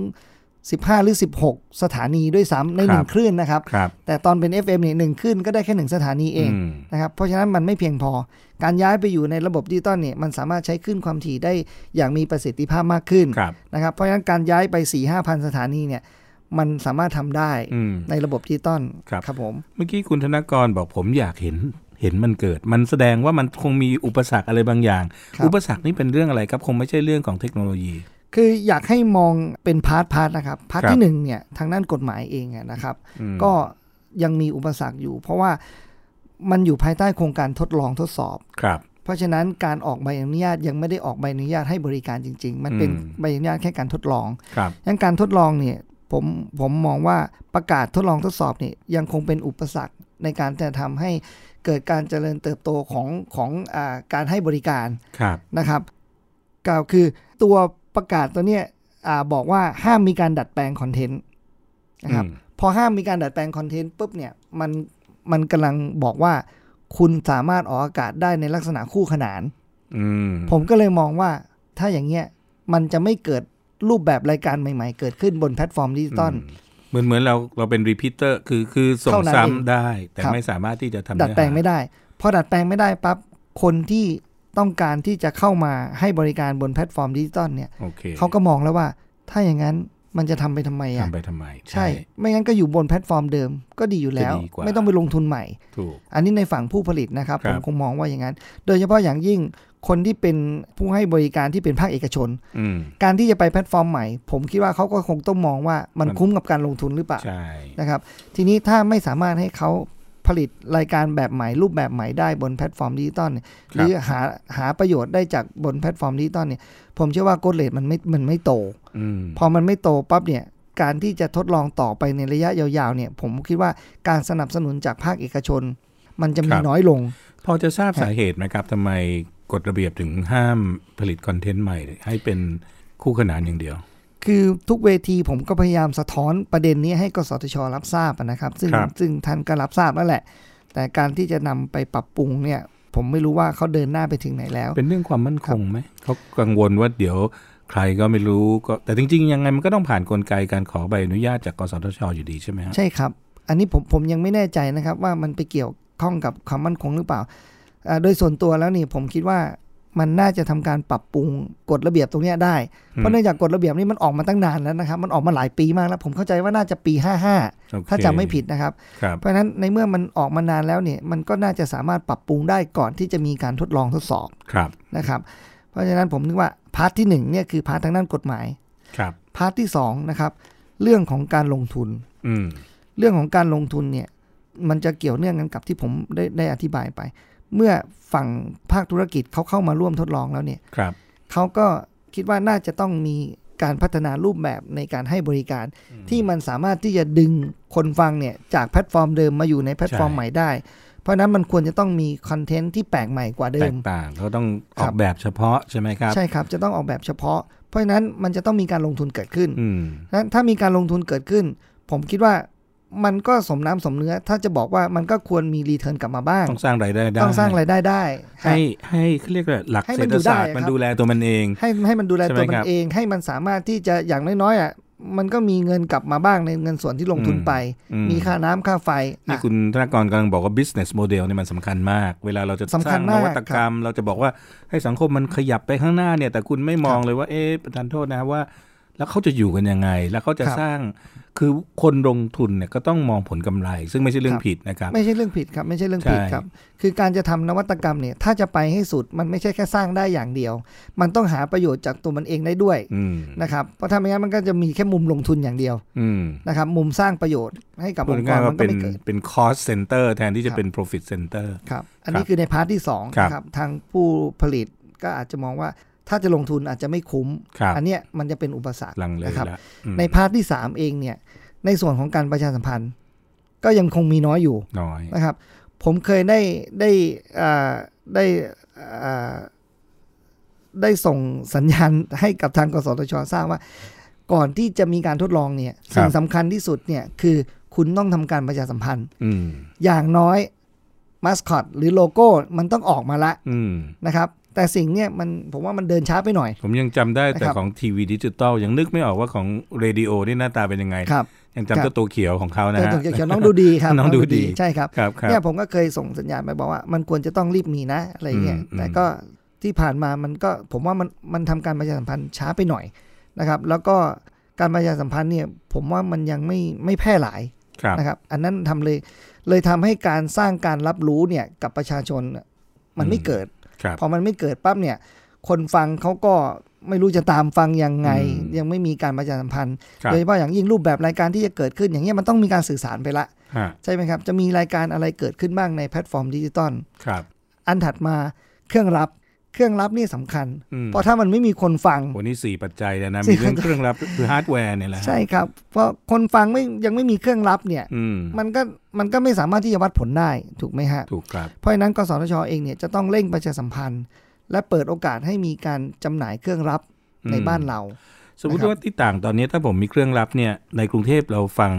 [SPEAKER 3] 15 หรือ 16 สถานีด้วยซ้ำในหนึ่งคลื่นนะครับ
[SPEAKER 2] ครับ
[SPEAKER 3] แต่ตอนเป็น FM เนี่ยหนึ่งขึ้นก็ได้แค่หนึ่งสถานีเอง
[SPEAKER 2] ม
[SPEAKER 3] นะครับ เพราะฉะนั้นมันไม่เพียงพอ การย้ายไปอยู่ในระบบดิจิตอลเนี่ยมันสามารถใช้ขึ้นความถี่ได้อย่างมีประสิทธิภาพมากขึ้น
[SPEAKER 2] ครับ
[SPEAKER 3] นะครับ เพราะฉะนั้นการย้ายไป4ี่ห้าพันสถานีเนี่ยมันสามารถทำได้
[SPEAKER 2] อืม
[SPEAKER 3] ในระบบดิจิตอล
[SPEAKER 2] ครับ
[SPEAKER 3] ครับผม
[SPEAKER 2] เมื่อกี้คุณธนกรบอกผมอยากเห็น เห็นมันเกิด มันแสดงว่ามันคงมีอุปสรรคอะไรบางอย่าง
[SPEAKER 3] ครับ
[SPEAKER 2] อุปสรรคนี่เป็นเรื่องอะไรครับ คงไม่ใช่เรื่องของเทคโนโลยี
[SPEAKER 3] คืออยากให้มองเป็นพาร์ทพาร์ทนะครับ พาร์ท
[SPEAKER 2] ครับ
[SPEAKER 3] ที่หนึ่งเนี่ยทางด้านกฎหมายเองอะนะครับ
[SPEAKER 2] อืม
[SPEAKER 3] ก็ยังมีอุปสรรคอยู่ เพราะว่ามันอยู่ภายใต้โครงการทดลองทดสอบ
[SPEAKER 2] ครับ
[SPEAKER 3] เพราะฉะนั้นการออกใบอนุญาตยังไม่ได้ออกใบอนุญาตให้บริการจริง ๆ มันเป็น
[SPEAKER 2] อืม
[SPEAKER 3] ใบอนุญาตแค่การทดลอง
[SPEAKER 2] ครับ
[SPEAKER 3] งั้นการทดลองเนี่ยผมผมมองว่าประกาศทดลองทดสอบเนี่ยยังคงเป็นอุปสรรคในการจะทำให้เกิดการเจริญเติบโตของของอาการให้บริการ
[SPEAKER 2] ครับ
[SPEAKER 3] นะครับกล่าวคือตัวประกาศตัวเนี้ยอ่าบอกว่าห้ามมีการดัดแปลงคอนเทนต์นะครับ
[SPEAKER 2] อืม
[SPEAKER 3] พอห้ามมีการดัดแปลงคอนเทนต์ปุ๊บเนี่ยมันมันกำลังบอกว่า คุณสามารถออกอากาศได้ในลักษณะคู่ขนาน
[SPEAKER 2] อืม
[SPEAKER 3] ผมก็เลยมองว่าถ้าอย่างเงี้ยมันจะไม่เกิดรูปแบบรายการใหม่ ๆ เกิดขึ้นบนแพลตฟอร์มดิจิตอล
[SPEAKER 2] เหมือนเหมือนเราเราเป็นรีพิเตอร์คือคือส่ง
[SPEAKER 3] เท่านั้นเอง
[SPEAKER 2] ซ้ำได้ แต่
[SPEAKER 3] ครับ
[SPEAKER 2] ไม่สามารถที่จะทำ
[SPEAKER 3] ดัดแปลง
[SPEAKER 2] เนื้อหา
[SPEAKER 3] ไม่ได้ พอดัดแปลงไม่ได้ปั๊บคนที่ต้องการที่จะเข้ามาให้บริการบนแพลตฟอร์มดิจิตอลเนี่ย
[SPEAKER 2] โอเค
[SPEAKER 3] เขาก็มองแล้วว่า ถ้าอย่างนั้นมันจะทำไปทำไมอ่ะ
[SPEAKER 2] ทำไปทำไม
[SPEAKER 3] ใช่ ไม่งั้นก็อยู่บนแพลตฟอร์มเดิมก็ดีอยู่แล้ว
[SPEAKER 2] จะดีกว่า
[SPEAKER 3] ไม่ต้องไปลงทุนใหม่
[SPEAKER 2] ถูก
[SPEAKER 3] อันนี้ในฝั่งผู้ผลิตนะครับ
[SPEAKER 2] ครั
[SPEAKER 3] ผ
[SPEAKER 2] บ
[SPEAKER 3] มคงมองว่าอย่างนั้น โดยเฉพาะอย่างยิ่งคนที่เป็นผู้ให้บริการที่เป็นภาคเอกชน
[SPEAKER 2] อืม
[SPEAKER 3] การที่จะไปแพลตฟอร์มใหม่ ผมคิดว่าเขาก็คงต้องมองว่ามัน
[SPEAKER 2] มัน
[SPEAKER 3] คุ้มกับการลงทุนหรือเปล่า
[SPEAKER 2] ใช่
[SPEAKER 3] นะครับ ทีนี้ถ้าไม่สามารถให้เขาผลิตรายการแบบใหม่ รูปแบบใหม่ได้บนแพลตฟอร์มดิจิตอลเนี่ยหรือหาหาประโยชน์ได้จากบนแพลตฟอร์มดิจิตอลเนี่ยผมเชื่อว่าโกดเลตมันไม่มันไม่โต
[SPEAKER 2] อืม
[SPEAKER 3] พอมันไม่โตปั๊บเนี่ยการที่จะทดลองต่อไปในระยะยาวๆเนี่ยผมคิดว่าการสนับสนุนจากภาคเอกชน มันจะมีน้อยลง
[SPEAKER 2] พอจะทราบสาเหตุไหมครับทำไมกฎระเบียบถึงห้ามผลิตคอนเทนต์ใหม่ ให้เป็นคู่ขนานอย่างเดียว
[SPEAKER 3] คือทุกเวทีผมก็พยายามสะท้อนประเด็นนี้ให้กสทช รับทราบอะนะครับ ซึ่ง
[SPEAKER 2] ครับ
[SPEAKER 3] ซึ่งท่านก็รับทราบแล้วแหละ แต่การที่จะนำไปปรับปรุงเนี่ย ผมไม่รู้ว่าเขาเดินหน้าไปถึงไหนแล้ว
[SPEAKER 2] เป็นเรื่องความมั่นคงไหมเขากังวลว่าเดี๋ยว ใครก็ไม่รู้ก็แต่จริง ๆ ยังไงมันก็ต้องผ่านนกลไกการขอใบอนุญาตจากกสทชอยู่ดีใช่ไหมฮะ
[SPEAKER 3] ใช่ครับ อันนี้ผมผมยังไม่แน่ใจนะครับ ว่ามันไปเกี่ยวข้องกับความมั่นคงหรือเปล่าอ่า โดยส่วนตัวแล้วนี่ผมคิดว่ามันน่าจะทำการปรับปรุงกฎระเบียบตรงเนี้ยได้ เพราะเนื่องจากกฎระเบียบนี่มันออกมาตั้งนานแล้วนะครับ มันออกมาหลายปีมากแล้ว ผมเข้าใจว่าน่าจะปี 55
[SPEAKER 2] โอเค
[SPEAKER 3] ถ้าจำไม่ผิดนะครับ
[SPEAKER 2] ครับ
[SPEAKER 3] เพราะฉะนั้นในเมื่อมันออกมานานแล้วเนี่ยมันก็น่าจะสามารถปรับปรุงได้ก่อนที่จะมีการทดลองทดสอบ
[SPEAKER 2] ครับ
[SPEAKER 3] นะครับ เพราะฉะนั้นผมนึกว่าพาร์ทที่หนึ่งเนี่ยคือพาร์ททางด้านกฎหมาย
[SPEAKER 2] ครับ
[SPEAKER 3] พาร์ทที่สองนะครับเรื่องของการลงทุน
[SPEAKER 2] อืม
[SPEAKER 3] เรื่องของการลงทุนเนี่ยมันจะเกี่ยวเนื่องกันกับที่ผมได้ได้อธิบายไป เมื่อฝั่งภาคธุรกิจเขาเข้ามาร่วมทดลองแล้วเนี่ย
[SPEAKER 2] ครับ
[SPEAKER 3] เขาก็คิดว่าน่าจะต้องมีการพัฒนารูปแบบในการให้บริการ ที่มันสามารถที่จะดึงคนฟังเนี่ยจากแพลตฟอร์มเดิมมาอยู่ในแพลตฟอร์ม
[SPEAKER 2] ใช่
[SPEAKER 3] ใหม่ได้ เพราะฉะนั้นมันควรจะต้องมีคอนเทนต์ที่แปลกใหม่กว่าเดิ
[SPEAKER 2] แต
[SPEAKER 3] ม
[SPEAKER 2] กต่างเขาต้องอ
[SPEAKER 3] ครั
[SPEAKER 2] อก
[SPEAKER 3] บ
[SPEAKER 2] แบบเฉพาะใช่ไหมครับ
[SPEAKER 3] ใช่ครับจะต้องออกแบบเฉพาะ เพราะฉะนั้นมันจะต้องมีการลงทุนเกิดขึ้น
[SPEAKER 2] อืม
[SPEAKER 3] นั้นถ้ามีการลงทุนเกิดขึ้น ผมคิดว่ามันก็สมน้ำสมเนื้อ ถ้าจะบอกว่ามันก็ควรมีรีเทิร์นกลับมาบ้าง
[SPEAKER 2] ต้องสร้างรายได้ได้
[SPEAKER 3] ต้องสร้างรายได้ได้ฮะ
[SPEAKER 2] ให้ให้เขาเรียกว่าหลัก
[SPEAKER 3] ให้
[SPEAKER 2] เศรษฐ
[SPEAKER 3] มันอยู่
[SPEAKER 2] ศา
[SPEAKER 3] ได้
[SPEAKER 2] สตร์
[SPEAKER 3] ครับ
[SPEAKER 2] มันดูแลตัวมันเอง
[SPEAKER 3] ให้ให้มันดูแล
[SPEAKER 2] ใช่ไหม
[SPEAKER 3] ตัวมั
[SPEAKER 2] ครั
[SPEAKER 3] น
[SPEAKER 2] บ
[SPEAKER 3] เอง ให้มันสามารถที่จะอย่างน้อยๆอ่ะมันก็มีเงินกลับมาบ้างในเงินส่วนที่ลงทุน
[SPEAKER 2] อืม
[SPEAKER 3] ไป
[SPEAKER 2] อื
[SPEAKER 3] มีค่าน้ำค่าไฟ
[SPEAKER 2] นี่
[SPEAKER 3] อ่ะ
[SPEAKER 2] คุณธนากรกำลังบอกว่า business model เนี่ยมันสำคัญมาก เวลาเราจะส
[SPEAKER 3] สำคั
[SPEAKER 2] ร้า
[SPEAKER 3] ญ
[SPEAKER 2] งน
[SPEAKER 3] มาก
[SPEAKER 2] วัตกรรม เราจะบอกว่าให้สังคมมันขยับไปข้างหน้าเนี่ย แต่คุณไม่มองเลยว่า เอ๊ะประธานโทษนะว่า แล้วเขาจะอยู่กันยังไง แล้วเขาจะ
[SPEAKER 3] ครับ
[SPEAKER 2] สร้าง คือคนลงทุนเนี่ยก็ต้องมองผลกำไร ซึ่งไม่ใช่เรื่อง
[SPEAKER 3] ครับ
[SPEAKER 2] ผิดนะครับ
[SPEAKER 3] ไม่ใช่เรื่องผิดครับ ไม่ใช่เรื่องผิด
[SPEAKER 2] ใช่
[SPEAKER 3] ครับ คือการจะทำนวัตกรรมเนี่ยถ้าจะไปให้สุดมันไม่ใช่แค่สร้างได้อย่างเดียว มันต้องหาประโยชน์จากตัวมันเองได้ด้วย
[SPEAKER 2] อืม
[SPEAKER 3] นะครับเพราะถ้าไม่งั้นมันก็จะมีแค่มุมลงทุนอย่างเดียว
[SPEAKER 2] อืม
[SPEAKER 3] นะครับ มุมสร้างประโยชน์ให้กับ
[SPEAKER 2] พู
[SPEAKER 3] อ
[SPEAKER 2] ด
[SPEAKER 3] งค์ก
[SPEAKER 2] ง่ารยๆ
[SPEAKER 3] มั
[SPEAKER 2] ว่าน
[SPEAKER 3] ก็
[SPEAKER 2] เป็น
[SPEAKER 3] ไม่เกิด
[SPEAKER 2] เป็น cost center แทนที่จะ
[SPEAKER 3] ครับ
[SPEAKER 2] เป็น profit center
[SPEAKER 3] ครับอั
[SPEAKER 2] ครั
[SPEAKER 3] น
[SPEAKER 2] บ
[SPEAKER 3] นี้คือในพาร์ทที่2
[SPEAKER 2] ครับ
[SPEAKER 3] นะครับทางผู้ผลิตก็อาจจะมองว่าถ้าจะลงทุนอาจจะไม่คุ้ม
[SPEAKER 2] ครับ
[SPEAKER 3] อันเนี้ยมันจะเป็นอุปสรรค
[SPEAKER 2] หลังเลย
[SPEAKER 3] นะครับ
[SPEAKER 2] ละอืม
[SPEAKER 3] ในพาร์ทที่ 3 เองเนี่ยในส่วนของการประชาสัมพันธ์ ก็ยังคงมีน้อยอยู่
[SPEAKER 2] น้อย
[SPEAKER 3] นะครับ ผมเคยได้ได้อ่าได้อ่าได้ส่งสัญญาณให้กับทางกสทชทราบว่า ก่อนที่จะมีการทดลองเนี่ย
[SPEAKER 2] ครับ
[SPEAKER 3] สิ่งสำคัญที่สุดเนี่ยคือคุณต้องทำการประชาสัมพันธ์
[SPEAKER 2] อืม
[SPEAKER 3] อย่างน้อยมาสคอตหรือโลโก้มันต้องออกมาละ
[SPEAKER 2] อืม
[SPEAKER 3] นะครับ แต่สิ่งเนี้ยมันผมว่ามันเดินช้าไปหน่อย
[SPEAKER 2] ผมยังจำได้แต่
[SPEAKER 3] นะครับ
[SPEAKER 2] ของทีวีดิจิตอลยังนึกไม่ออกว่าของเรดิโอนี่หน้าตาเป็นยังไง
[SPEAKER 3] ครับ
[SPEAKER 2] ยัง
[SPEAKER 3] ครั
[SPEAKER 2] จำ
[SPEAKER 3] บ
[SPEAKER 2] เจ้าตัวเขียวของเขานะ
[SPEAKER 3] แต่
[SPEAKER 2] ฮะ
[SPEAKER 3] ตัวเขียวๆน้องดูดีครับ
[SPEAKER 2] น้องดูดี
[SPEAKER 3] ใช่ครับ
[SPEAKER 2] ครับครั
[SPEAKER 3] เนี่ย
[SPEAKER 2] บ
[SPEAKER 3] ผมก็เคยส่งสัญญาณไปบอกว่ามันควรจะต้องรีบมีนะอะไรเงี้ย
[SPEAKER 2] อืมอืม
[SPEAKER 3] แต่ก็ที่ผ่านมามันก็ผมว่ามันมันทำการประชาสัมพันธ์ช้าไปหน่อยนะครับ แล้วก็การประชาสัมพันธ์เนี่ยผมว่ามันยังไม่ไม่แพร่หลาย
[SPEAKER 2] ครับ
[SPEAKER 3] นะครับ อันนั้นทำเลยเลยทำให้การสร้างการรับรู้เนี่ยกับประชาชนน่ะมันไม่เกิด
[SPEAKER 2] ครับ
[SPEAKER 3] พอมันไม่เกิดปั๊บเนี่ย คนฟังเขาก็ไม่รู้จะตามฟังยังไง
[SPEAKER 2] อืม
[SPEAKER 3] ยังไม่มีการประชาสัมพันธ์
[SPEAKER 2] ครับ
[SPEAKER 3] โดยเฉพาะอย่างยิ่งรูปแบบรายการที่จะเกิดขึ้นอย่างเงี้ยมันต้องมีการสื่อสารไปละ
[SPEAKER 2] ฮะ
[SPEAKER 3] ใช่ไหมครับ จะมีรายการอะไรเกิดขึ้นบ้างในแพลตฟอร์มดิจิตอล
[SPEAKER 2] ครับ
[SPEAKER 3] อันถัดมาเครื่องรับเครื่องรับนี่สำคัญ
[SPEAKER 2] อืม
[SPEAKER 3] เพราะถ้ามันไม่มีคนฟัง
[SPEAKER 2] วันนี้สี่ปัจจัยแล้วนะ
[SPEAKER 3] สี่
[SPEAKER 2] มีเรื่อง
[SPEAKER 3] ปัจจัย
[SPEAKER 2] เครื่องรับคือฮาร์ดแวร์เนี่ยแหละฮะ
[SPEAKER 3] ใช่ครับ เพราะคนฟังไม่ยังไม่มีเครื่องรับเนี่ย
[SPEAKER 2] อืม
[SPEAKER 3] มันก็มันก็ไม่สามารถที่จะวัดผลได้ถูกไหมฮะ
[SPEAKER 2] ถูกครับ
[SPEAKER 3] เพราะฉะนั้นกสทชเองเนี่ยจะต้องเร่งประชาสัมพันธ์ และเปิดโอกาสให้มีการจำหน่ายเครื่องรับในบ้านเรา
[SPEAKER 2] สมมติ
[SPEAKER 3] นะครับ
[SPEAKER 2] ว่าที่ต่างตอนนี้ถ้าผมมีเครื่องรับเนี่ยในกรุงเทพเราฟัง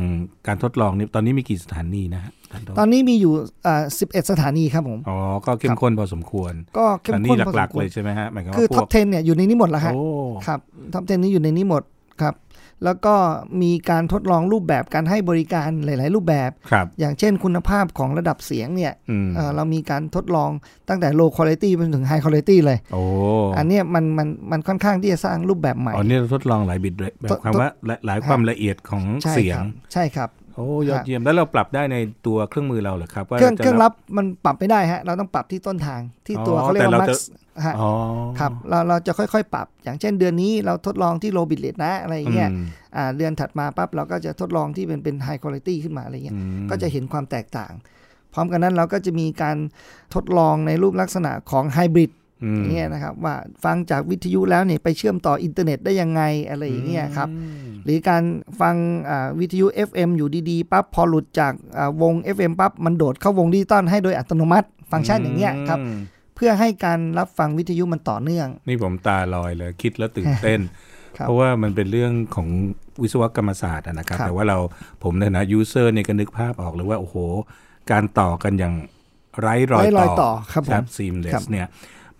[SPEAKER 2] การทดลองเนี่ยตอนนี้มีกี่สถานีนะฮะท่านโทษ
[SPEAKER 3] ตอนนี้มีอยู่อ่า11 สถานีครับผม
[SPEAKER 2] อ๋อก็เข้มข้นพอสมควร
[SPEAKER 3] ก็
[SPEAKER 2] ส
[SPEAKER 3] เข้ม
[SPEAKER 2] ถานี
[SPEAKER 3] ข้น
[SPEAKER 2] หลักๆ
[SPEAKER 3] พอสมว
[SPEAKER 2] เล
[SPEAKER 3] ร
[SPEAKER 2] ยใช่ไหมฮะหมายความ
[SPEAKER 3] คือ
[SPEAKER 2] ว่าพ
[SPEAKER 3] ท็
[SPEAKER 2] ว
[SPEAKER 3] อป
[SPEAKER 2] ก
[SPEAKER 3] 10 เนี่ยอยู่ในนี้หมดแล้วฮะ
[SPEAKER 2] โอ้
[SPEAKER 3] ครับ ท็อป 10 นี้อยู่ในนี้หมดครับ แล้วก็มีการทดลองรูปแบบการให้บริการหลาย ๆ รูปแบบ
[SPEAKER 2] ครับ
[SPEAKER 3] อย่างเช่นคุณภาพของระดับเสียงเนี่ย
[SPEAKER 2] อืม
[SPEAKER 3] เอ่อเรามีการทดลองตั้งแต่ low quality ไปจนถึง high quality เลย
[SPEAKER 2] โอ้
[SPEAKER 3] อันเนี้ยมันมันมันค่อนข้างที่จะสร้างรูปแบบใหม่
[SPEAKER 2] อ๋อนี่เราทดลองหลายบิตเลยแบบ
[SPEAKER 3] ทด
[SPEAKER 2] ความว่าหลายหลายความ
[SPEAKER 3] ฮะ
[SPEAKER 2] ละเอียดของ
[SPEAKER 3] ใช่
[SPEAKER 2] เสีย
[SPEAKER 3] ค
[SPEAKER 2] ง
[SPEAKER 3] รับใช่ครับ
[SPEAKER 2] โอ้ยอดเยี่ยมแล้วเราปรับได้ในตัวเครื่องมือเราเหรอครับว่า
[SPEAKER 3] เครื่อง
[SPEAKER 2] จะ
[SPEAKER 3] เครื่องรับมันปรับไม่ได้ฮะเราต้องปรับที่ต้นทางที่ตัวเขาเรียกว่า max ฮะ
[SPEAKER 2] อ๋อ
[SPEAKER 3] ครับเราเราจะค่อยๆ ปรับ อย่างเช่นเดือนนี้เราทดลองที่ low bit rate นะอะไรอย่างเงี้ย
[SPEAKER 2] อืม
[SPEAKER 3] อ่าเดือนถัดมาปั๊บเราก็จะทดลองที่เป็นเป็น high quality ขึ้นมาอะไรเงี้ย
[SPEAKER 2] อืม
[SPEAKER 3] ก็จะเห็นความแตกต่าง พร้อมกันนั้นเราก็จะมีการทดลองในรูปลักษณะของ hybrid
[SPEAKER 2] อื
[SPEAKER 3] อ
[SPEAKER 2] ม
[SPEAKER 3] ย่างเงี้ยนะครับว่าฟังจากวิทยุแล้วเนี่ยไปเชื่อมต่ออินเทอร์เน็ตได้ยังไงอะไรอย่างเงี้ยครับ
[SPEAKER 2] อืม
[SPEAKER 3] หรือการฟังอ่าวิทยุ FM อยู่ดีๆปั๊บพอหลุดจากอ่าวง FM ปั๊บมันโดดเข้าวงดิจิตอลให้โดยอัตโนมัติ ฟังก์ชันอย่างเงี้ยครับ
[SPEAKER 2] ม
[SPEAKER 3] เพื่อให้การรับฟังวิทยุมันต่อเนื่อง
[SPEAKER 2] นี่ผมตาลอยเลยคิดแล้วตื่นเต้น
[SPEAKER 3] (laughs) ครับ
[SPEAKER 2] เพราะว่ามันเป็นเรื่องของวิศวกรรมศาสตร์อะนะครับ
[SPEAKER 3] ครับ
[SPEAKER 2] แต่ว่าเราผมในฐานะยูเซอร์เนี่ยก็นึกภาพออกเลยว่า โอ้โห การต่อกันอย่างไร้รอย
[SPEAKER 3] ไว้ร
[SPEAKER 2] ต่
[SPEAKER 3] อย
[SPEAKER 2] อ
[SPEAKER 3] ต่อครับผ
[SPEAKER 2] ครั
[SPEAKER 3] ม
[SPEAKER 2] บ seamless
[SPEAKER 3] ครับ
[SPEAKER 2] เนี่ย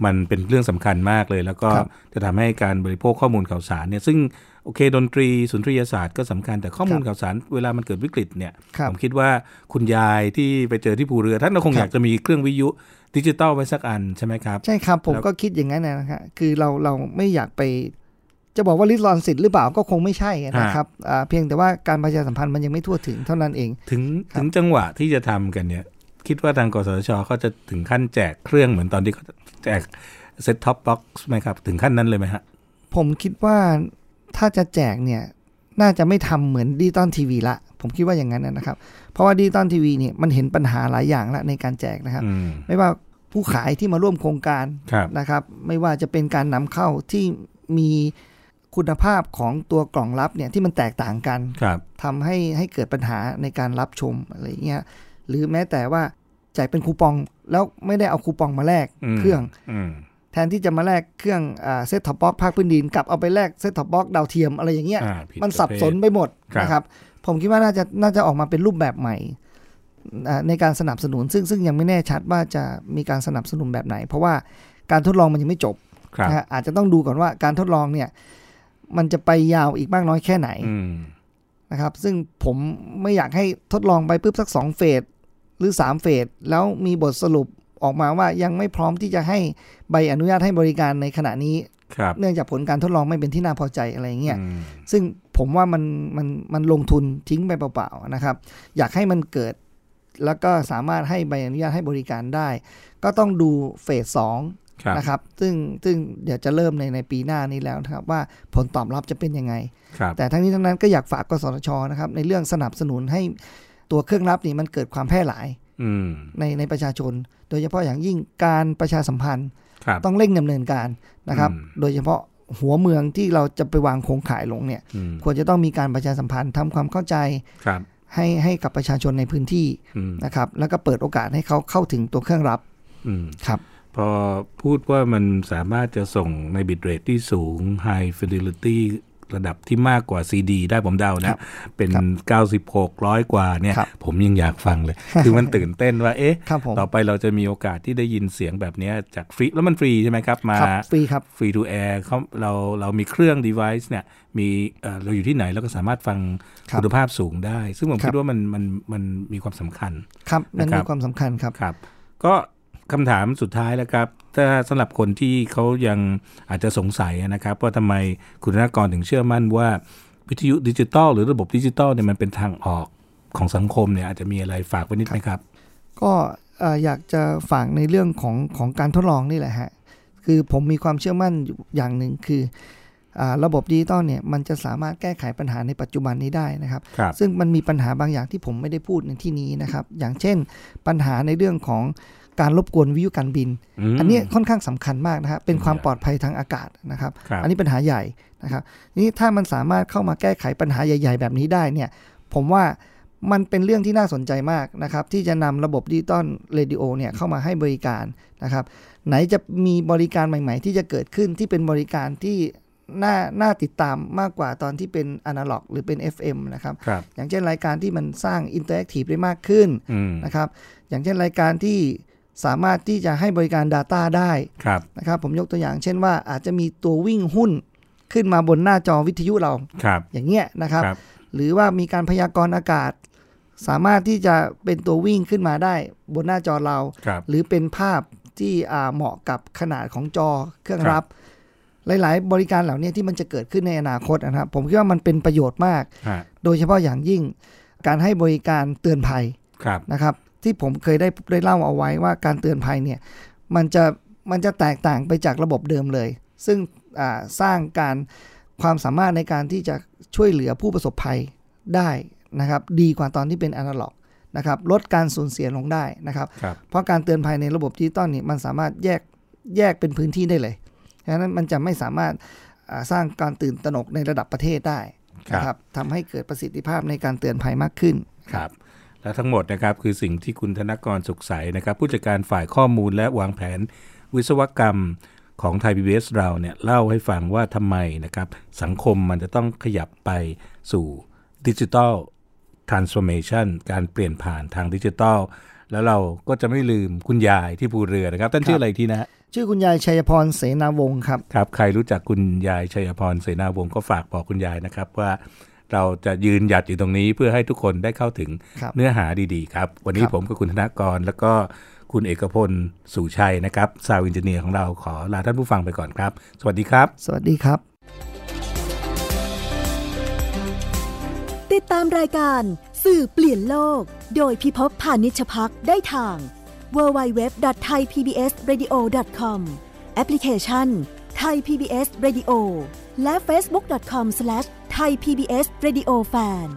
[SPEAKER 2] มันเป็นเรื่องสำคัญมากเลย แล้วก็
[SPEAKER 3] ครับ
[SPEAKER 2] จะทำให้การบริโภคข้อมูลข่าวสารเนี่ยซึ่งโอเค ดนตรีสุนทรียศาสตร์ก็สำคัญแต่ข้อมูล
[SPEAKER 3] ครั
[SPEAKER 2] ข่า
[SPEAKER 3] บ
[SPEAKER 2] วสารเวลามันเกิดวิกฤตเนี่ย
[SPEAKER 3] ครับ
[SPEAKER 2] ผมคิดว่าคุณยายที่ไปเจอที่ภูเรือท่านก็คงอ
[SPEAKER 3] ครับ
[SPEAKER 2] ยากจะมีเครื่องวิทยุดิจิตอลไว้สักอันใช่ไหมครับ
[SPEAKER 3] ใช่ครับ ผม
[SPEAKER 2] แล้ว
[SPEAKER 3] ก็คิดอย่างนั้นนะฮะคือเราเราไม่อยากไป จะบอกว่าริดรอนสิทธิ์หรือเปล่าก็คงไม่ใช่นะครับอ่าเพียงแต่ว่าการประชาสัมพันธ์มันยังไม่ทั่วถึงเท่านั้นเอง
[SPEAKER 2] ถึงถึงจังหวะที่จะทำกันเนี่ย คิดว่าทางกสทชเขาจะถึงขั้นแจกเครื่องเหมือนตอนที่เขาแจกเซ็ตท็อปบ็อกซ์ไหมครับ ถึงขั้นนั้นเลยไหมฮะ
[SPEAKER 3] ผมคิดว่าถ้าจะแจกเนี่ยน่าจะไม่ทำเหมือนดิจิตอลทีวีละผมคิดว่าอย่างนั้นนะครับ เพราะว่าดิจิตอลทีวีเนี่ยมันเห็นปัญหาหลายอย่างละในการแจกนะครับ
[SPEAKER 2] อืม
[SPEAKER 3] ไม่ว่าผู้ขายที่มาร่วมโครงการ
[SPEAKER 2] ครับ
[SPEAKER 3] นะครับ ไม่ว่าจะเป็นการนำเข้าที่มีคุณภาพของตัวกล่องรับเนี่ยที่มันแตกต่างกัน
[SPEAKER 2] ครับ
[SPEAKER 3] ทำให้ให้เกิดปัญหาในการรับชมอะไรอย่างเงี้ยหรือแม้แต่ว่าจ่ายเป็นคูปองแล้วไม่ได้เอาคูปองมาแลก
[SPEAKER 2] อืม
[SPEAKER 3] เครื่อง
[SPEAKER 2] อืม
[SPEAKER 3] แทนที่จะมาแลกเครื่องเซตท็อปบ็อกภาคพื้นดินกลับเอาไปแลกเซตท็อปบ็อกดาวเทียมอะไรอย่างเงี้ย
[SPEAKER 2] อ่าผิด
[SPEAKER 3] มันสับสน
[SPEAKER 2] ประเภท
[SPEAKER 3] ไปหมด
[SPEAKER 2] ครับ
[SPEAKER 3] นะครับ ผมคิดว่าน่าจะน่าจะออกมาเป็นรูปแบบใหม่อ่าในการสนับสนุนซึ่งซึ่งยังไม่แน่ชัดว่าจะมีการสนับสนุนแบบไหน เพราะว่าการทดลองมันยังไม่จบ
[SPEAKER 2] ครับ
[SPEAKER 3] นะฮะอาจจะต้องดูก่อนว่าการทดลองเนี่ยมันจะไปยาวอีกมากน้อยแค่ไหน
[SPEAKER 2] อืม
[SPEAKER 3] นะครับซึ่งผมไม่อยากให้ทดลองไปปุ๊บสัก 2 เฟสหรือ 3 เฟส แล้วมีบทสรุปออกมาว่ายังไม่พร้อมที่จะให้ใบอนุญาตให้บริการในขณะนี้
[SPEAKER 2] ครับ
[SPEAKER 3] เนื่องจากผลการทดลองไม่เป็นที่น่าพอใจอะไรอย่างเงี้ย
[SPEAKER 2] อืม
[SPEAKER 3] ซึ่งผมว่ามันมันมันลงทุนทิ้งไปเปล่าๆนะครับ อยากให้มันเกิด แล้วก็สามารถให้ใบอนุญาตให้บริการได้ ก็ต้องดูเฟสสอง
[SPEAKER 2] ครับ
[SPEAKER 3] นะครับซึ่งซึ่งเดี๋ยวจะเริ่มในในปีหน้านี้แล้วนะครับว่าผลตอบรับจะเป็นยังไง
[SPEAKER 2] ครับ
[SPEAKER 3] แต่ทั้งนี้ทั้งนั้นก็อยากฝากกสทชนะครับในเรื่องสนับสนุนให้ตัวเครื่องรับนี่มันเกิดความแพร่หลาย
[SPEAKER 2] อืม
[SPEAKER 3] ในในประชาชน โดยเฉพาะอย่างยิ่งการประชาสัมพันธ์
[SPEAKER 2] ครับ
[SPEAKER 3] ต้องเร่งดำเนินการนะครับ
[SPEAKER 2] อืม
[SPEAKER 3] โดยเฉพาะหัวเมืองที่เราจะไปวางโครงข่ายลงเนี่ย
[SPEAKER 2] อืม
[SPEAKER 3] ควรจะต้องมีการประชาสัมพันธ์ทำความเข้าใจ
[SPEAKER 2] ครับ
[SPEAKER 3] ให้ให้กับประชาชนในพื้นที่
[SPEAKER 2] อืม
[SPEAKER 3] นะครับ แล้วก็เปิดโอกาสให้เขาเข้าถึงตัวเครื่องรับ
[SPEAKER 2] อืม
[SPEAKER 3] ครับ
[SPEAKER 2] พอพูดว่ามันสามารถจะส่งในบิตเรทที่สูง High Fidelity ระดับที่มากกว่า CD ได้ผมเดา
[SPEAKER 3] ครั
[SPEAKER 2] นะ
[SPEAKER 3] บ
[SPEAKER 2] เป็น 96ร้อยกว่าเนี่ย
[SPEAKER 3] ครับ
[SPEAKER 2] ผมยังอยากฟัง
[SPEAKER 3] (laughs)
[SPEAKER 2] เลย คือมันตื่นเต้นว่า เอ๊ะ
[SPEAKER 3] ครับผม
[SPEAKER 2] ต่อไปเราจะมีโอกาสที่ได้ยินเสียงแบบเนี้ยจากฟรี แล้วมันฟรีใช่ไหมครับ มา
[SPEAKER 3] ครับฟรีครับ
[SPEAKER 2] ฟรีทูแอร์เขาเราเรามีเครื่อง device เนี่ยมีเอ่อเราอยู่ที่ไหนเราก็สามารถฟัง
[SPEAKER 3] ครับ
[SPEAKER 2] คุณภาพสูงได้ ซึ่งผม
[SPEAKER 3] ครับ
[SPEAKER 2] คิดว่ามันมันมันมีความสำคัญ
[SPEAKER 3] ครับนั่น
[SPEAKER 2] นะครั
[SPEAKER 3] มี
[SPEAKER 2] บ
[SPEAKER 3] ความสำคัญครับ
[SPEAKER 2] ครับก็คำถามสุดท้ายแล้วครับ ถ้าสำหรับคนที่เขายังอาจจะสงสัยนะครับ ว่าทำไมคุณธนากรถึงเชื่อมั่นว่า วิทยุดิจิตอลหรือระบบดิจิตอลเนี่ยมันเป็นทางออกของสังคมเนี่ยอาจจะมีอะไรฝากไว้นิดไหมครับ
[SPEAKER 3] ก็เอ่ออยากจะฝากในเรื่องของของการทดลองนี่แหละฮะ คือผมมีความเชื่อมั่นอยู่อย่างหนึ่งคืออาระบบดิจิตอลเนี่ยมันจะสามารถแก้ไขปัญหาในปัจจุบันนี้ได้นะครับ
[SPEAKER 2] ครับ
[SPEAKER 3] ซึ่งมันมีปัญหาบางอย่างที่ผมไม่ได้พูดในที่นี้นะครับ อย่างเช่น ปัญหาในเรื่องของการรบกวนวิทยุการบิน อันเนี้ยค่อนข้างสำคัญมากนะครับเป็นความปลอดภัยทางอากาศนะครับ
[SPEAKER 2] ครับ
[SPEAKER 3] อันนี้ปัญหาใหญ่นะครับนี่ถ้ามันสามารถเข้ามาแก้ไขปัญหาใหญ่ ๆ แบบนี้ได้เนี่ย ผมว่ามันเป็นเรื่องที่น่าสนใจมากนะครับ ที่จะนำระบบดิจิตอลเรดิโอเนี่ยเข้ามาให้บริการนะครับ ไหนจะมีบริการใหม่ ๆ ที่จะเกิดขึ้นที่เป็นบริการที่น่าน่าติดตามมากกว่าตอนที่เป็นอนาล็อก หรือเป็น FM นะครับ
[SPEAKER 2] ครับ
[SPEAKER 3] อย่างเช่นรายการที่มันสร้างอินเตอร์แอคทีฟได้มากขึ้น
[SPEAKER 2] อืม
[SPEAKER 3] นะครับ อย่างเช่นรายการที่สามารถที่จะให้บริการ Data ได้
[SPEAKER 2] ครับ
[SPEAKER 3] นะครับผมยกตัวอย่างเช่นว่าอาจจะมีตัววิ่งหุ้นขึ้นมาบนหน้าจอวิทยุเรา
[SPEAKER 2] ครับ
[SPEAKER 3] อย่างเงี้ยนะครับ
[SPEAKER 2] ครับ
[SPEAKER 3] หรือว่ามีการพยากรณ์อากาศ สามารถที่จะเป็นตัววิ่งขึ้นมาได้บนหน้าจอเรา
[SPEAKER 2] ครับ
[SPEAKER 3] หรือเป็นภาพที่อ่าเหมาะกับขนาดของจอเครื่อง
[SPEAKER 2] ครั
[SPEAKER 3] รับ บ หลาย ๆ บริการเหล่านี้ที่มันจะเกิดขึ้นในอนาคตนะครับ ผมคิดว่ามันเป็นประโยชน์มาก
[SPEAKER 2] ฮะ
[SPEAKER 3] โดยเฉพาะอย่างยิ่งการให้บริการเตือนภัย
[SPEAKER 2] ครับ
[SPEAKER 3] นะครับที่ผมเคยได้ได้เล่าเอาไว้ว่าการเตือนภัยเนี่ยมันจะมันจะแตกต่างไปจากระบบเดิมเลย ซึ่งอ่าสร้างการความสามารถในการที่จะช่วยเหลือผู้ประสบภัยได้นะครับดีกว่าตอนที่เป็นอนาล็อกนะครับลดการสูญเสียลงได้นะครับ
[SPEAKER 2] ครับ
[SPEAKER 3] เพราะการเตือนภัยในระบบดิจิตอลเนี่ยมันสามารถแยกแยกเป็นพื้นที่ได้เลยฉะนั้นมันจะไม่สามารถอ่าสร้างการตื่นตระหนกในระดับประเทศได้นะครับทำให้เกิดประสิทธิภาพในการเตือนภัยมากขึ้น
[SPEAKER 2] ครับ และทั้งหมดนะครับคือสิ่งที่คุณธนากรสุขใสนะครับ ผู้จัดการฝ่ายข้อมูลและวางแผนวิศวกรรมของไทย PBS เราเนี่ยเล่าให้ฟังว่าทำไมนะครับ สังคมมันจะต้องขยับไปสู่ดิจิทัล transformation การเปลี่ยนผ่านทางดิจิทัล แล้วเราก็จะไม่ลืมคุณยายที่ภูเรือนะครับ ท่านชื่ออะไรอีกทีนะฮะ
[SPEAKER 3] ชื่อคุณยายชัยพรเสนาวงศ์ครับ
[SPEAKER 2] ครับใครรู้จักคุณยายชัยพรเสนาวงศ์ก็ฝากบอกคุณยายนะครับ ว่าเราจะยืนหยัดอยู่ตรงนี้เพื่อให้ทุกคนได้เข้าถึง
[SPEAKER 3] ครับ
[SPEAKER 2] เนื้อหาดีๆครับ วันนี้
[SPEAKER 3] ครับ
[SPEAKER 2] ผมกับคุณธนากร แล้วก็คุณเอกพลสู่ชัยนะครับซาวอินเจเนียร์ของเราขอลาท่านผู้ฟังไปก่อนครับ สวัสดีครับ
[SPEAKER 3] สวัสดีครับ
[SPEAKER 1] ติดตามรายการสื่อเปลี่ยนโลก โดยพิภพพานิชพักได้ทาง www.thaipbsradio.com แอปพลิเคชัน Thai PBS Radio และ facebook.com/thaipbsradiofan